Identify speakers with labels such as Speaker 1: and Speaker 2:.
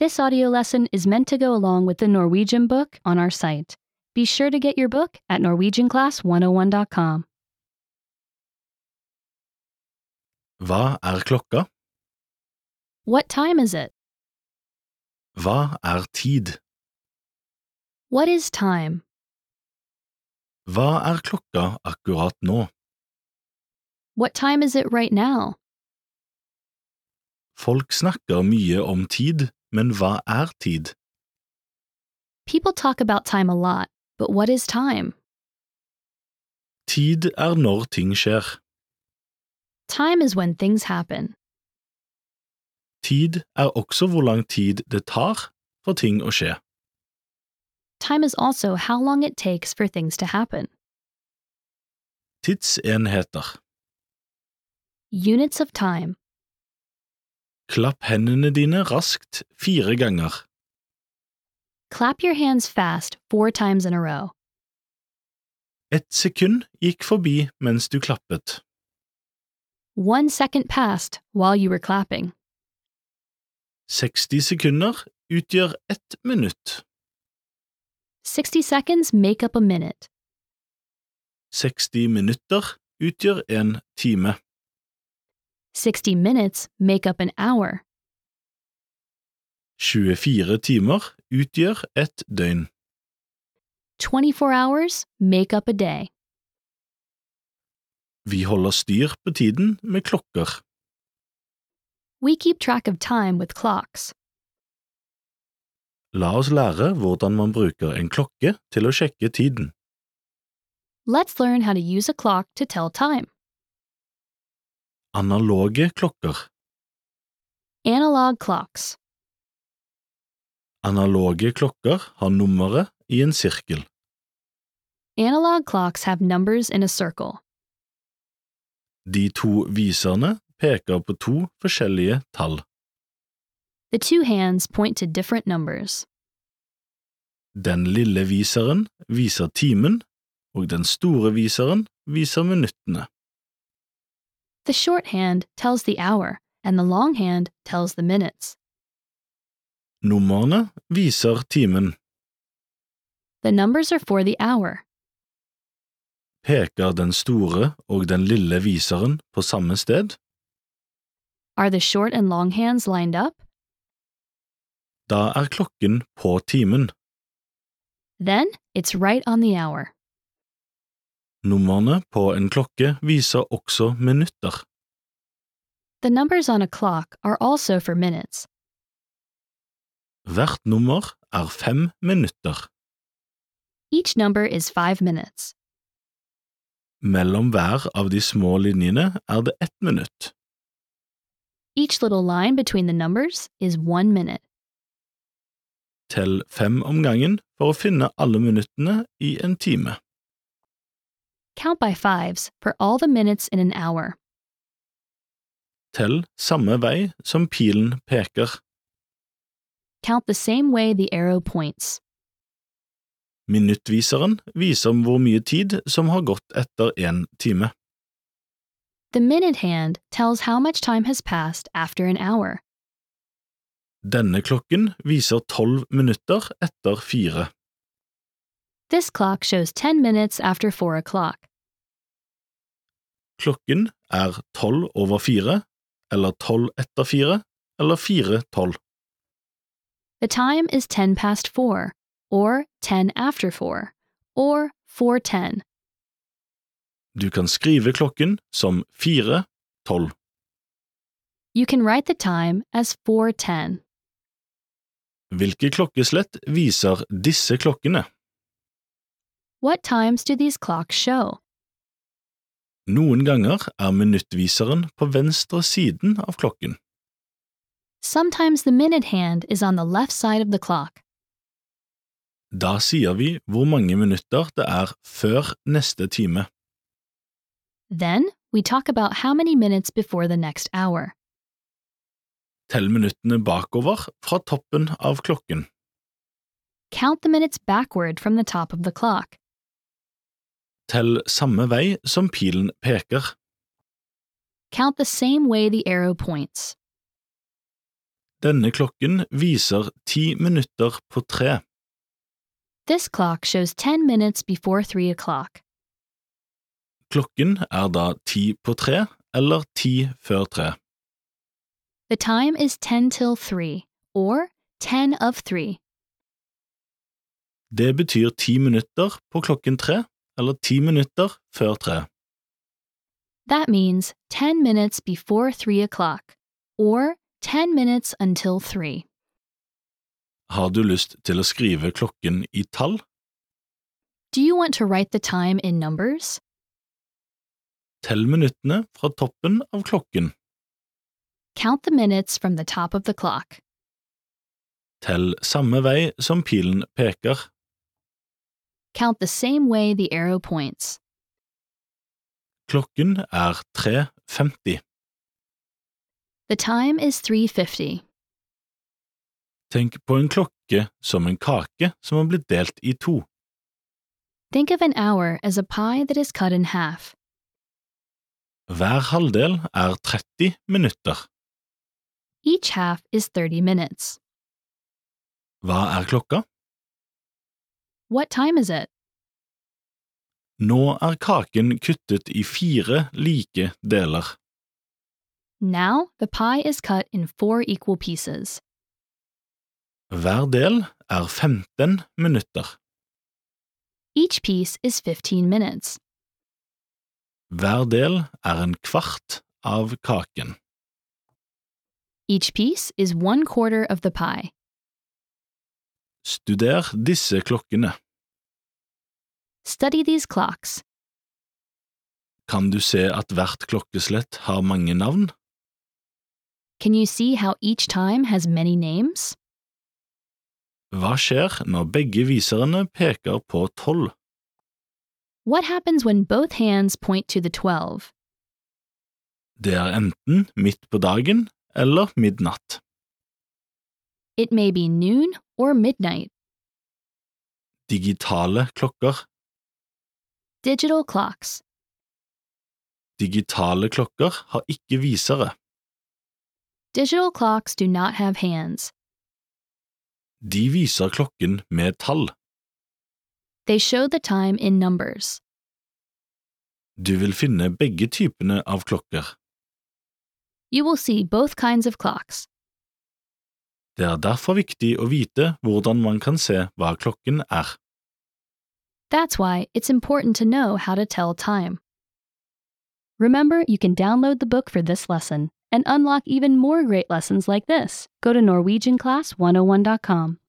Speaker 1: This audio lesson is meant to go along with the Norwegian book on our site. Be sure to get your book at norwegianclass101.com.
Speaker 2: Hva er klokka?
Speaker 1: What time is it?
Speaker 2: Hva er tid?
Speaker 1: What is time?
Speaker 2: Hva er klokka akkurat nå?
Speaker 1: What time is it right now?
Speaker 2: Folk snakker mye om tid, men hva er tid?
Speaker 1: People talk about time a lot, but what is time?
Speaker 2: Tid er når ting skjer.
Speaker 1: Time is when things happen.
Speaker 2: Tid er også hvor lang tid det tar for ting å skje.
Speaker 1: Time is also how long it takes for things to happen.
Speaker 2: Tidsenheter.
Speaker 1: Units of time.
Speaker 2: Klapp hendene dine raskt fire ganger.
Speaker 1: Clap your hands fast four times in a row.
Speaker 2: Ett sekund gikk forbi mens du klappet.
Speaker 1: One second passed while you were clapping.
Speaker 2: 60 sekunder utgjør ett minutt.
Speaker 1: 60 seconds make up a minute.
Speaker 2: 60 minutter utgjør en time.
Speaker 1: 60 minutes make up an hour.
Speaker 2: 24 timer utgjør et døgn.
Speaker 1: 24 hours make up a day.
Speaker 2: Vi holder styr på tiden med klokker.
Speaker 1: We keep track of time with clocks.
Speaker 2: La oss lære hvordan man bruker en klokke til å sjekke tiden.
Speaker 1: Let's learn how to use a clock to tell time.
Speaker 2: Analoge klokker.
Speaker 1: Analog clocks.
Speaker 2: Analoge klokker har nummeret i en sirkel.
Speaker 1: Analog clocks have numbers in a circle.
Speaker 2: De to viserne peker på to forskjellige tall.
Speaker 1: The two hands point to different numbers.
Speaker 2: Den lille viseren viser timen, og den store viseren viser minuttene.
Speaker 1: The short hand tells the hour, and the long hand tells the minutes.
Speaker 2: Numrene viser timen.
Speaker 1: The numbers are for the hour.
Speaker 2: Peker den store og den lille viseren på samme sted?
Speaker 1: Are the short and long hands lined up?
Speaker 2: Da er klokken på timen.
Speaker 1: Then it's right on the hour.
Speaker 2: Numrene på en klokke viser også minutter.
Speaker 1: The numbers on a clock are also for minutes.
Speaker 2: Hvert nummer er fem minutter.
Speaker 1: Each number is five minutes.
Speaker 2: Mellom hver av de små linjene er det ett minutt.
Speaker 1: Each little line between the numbers is one minute.
Speaker 2: Tell fem om gangen for å finne alle minuttene i en time.
Speaker 1: Count by fives for all the minutes in an hour.
Speaker 2: Tell samme vei som pilen peker.
Speaker 1: Count the same way the arrow points.
Speaker 2: Minuttviseren viser hvor mye tid som har gått etter en time.
Speaker 1: The minute hand tells how much time has passed after an hour.
Speaker 2: Denne klokken viser tolv minutter etter fire.
Speaker 1: This clock shows 10 minutes after 4 o'clock.
Speaker 2: Klokken er tolv over fire, eller tolv etter fire, eller fire tolv.
Speaker 1: The time is 10 past 4, or 10 after 4, or 410.
Speaker 2: Du kan skrive klokken som fire tolv.
Speaker 1: You can write the time as 410.
Speaker 2: Hvilke klokkeslett viser disse klokkene?
Speaker 1: What times do these clocks show?
Speaker 2: Noen ganger er minuttviseren på venstre siden av klokken.
Speaker 1: Sometimes the minute hand is on the left side of the clock.
Speaker 2: Da sier vi hvor mange minutter det er før neste time.
Speaker 1: Then, we talk about how many minutes before the next hour.
Speaker 2: Tell minuttene bakover fra toppen av klokken.
Speaker 1: Count the minutes backward from the top of the clock.
Speaker 2: Tell samme vei som pilen peker.
Speaker 1: Count the same way the arrow points.
Speaker 2: Denne klokken viser ti minutter på tre.
Speaker 1: This clock shows 10 minutes before 3 o'clock.
Speaker 2: Klokken er da ti på tre, eller ti før tre.
Speaker 1: The time is 10 till 3, or 10 of 3.
Speaker 2: Det betyr ti minutter på klokken tre, eller ti minutter før tre.
Speaker 1: That means 10 minutes before 3 o'clock, or 10 minutes until 3.
Speaker 2: Har du lyst til å skrive klokken i tall?
Speaker 1: Do you want to write the time in numbers?
Speaker 2: Tell minuttene fra toppen av klokken.
Speaker 1: Count the minutes from the top of the clock.
Speaker 2: Tell samme vei som pilen peker.
Speaker 1: Count the same way the arrow points.
Speaker 2: Klokken er 3.50.
Speaker 1: The time is 3:50.
Speaker 2: Tenk på en klokke som en kake som har blitt delt i to.
Speaker 1: Think of an hour as a pie that is cut in half.
Speaker 2: Hver halvdel er 30 minutter.
Speaker 1: Each half is 30 minutes.
Speaker 2: Hva er klokka?
Speaker 1: What time is it?
Speaker 2: Nå er kaken kuttet i fire like deler.
Speaker 1: Now the pie is cut in 4 equal pieces.
Speaker 2: Hver del er 15 minutter.
Speaker 1: Each piece is 15 minutes.
Speaker 2: Hver del er en kvart av kaken.
Speaker 1: Each piece is 1 quarter of the pie.
Speaker 2: Studer disse klokkene.
Speaker 1: Study these clocks.
Speaker 2: Kan du se at hvert klokkeslett har mange navn?
Speaker 1: Can you see how each time has many names?
Speaker 2: Hva skjer når begge viserne peker på 12?
Speaker 1: What happens when both hands point to the 12?
Speaker 2: Det er enten midt på dagen eller midnatt.
Speaker 1: It may be noon or midnight.
Speaker 2: Digitale klokker.
Speaker 1: Digital clocks.
Speaker 2: Digitale klokker har ikke visere.
Speaker 1: Digital clocks do not have hands.
Speaker 2: De viser klokken med tall.
Speaker 1: They show the time in numbers.
Speaker 2: Du vil finne begge typene av klokker.
Speaker 1: You will see both kinds of clocks.
Speaker 2: Det er derfor viktig å vite hvordan man kan se hva klokken er.
Speaker 1: That's why it's important to know how to tell time. Remember, you can download the book for this oh lesson and unlock even more great lessons like this. Go to NorwegianClass101.com.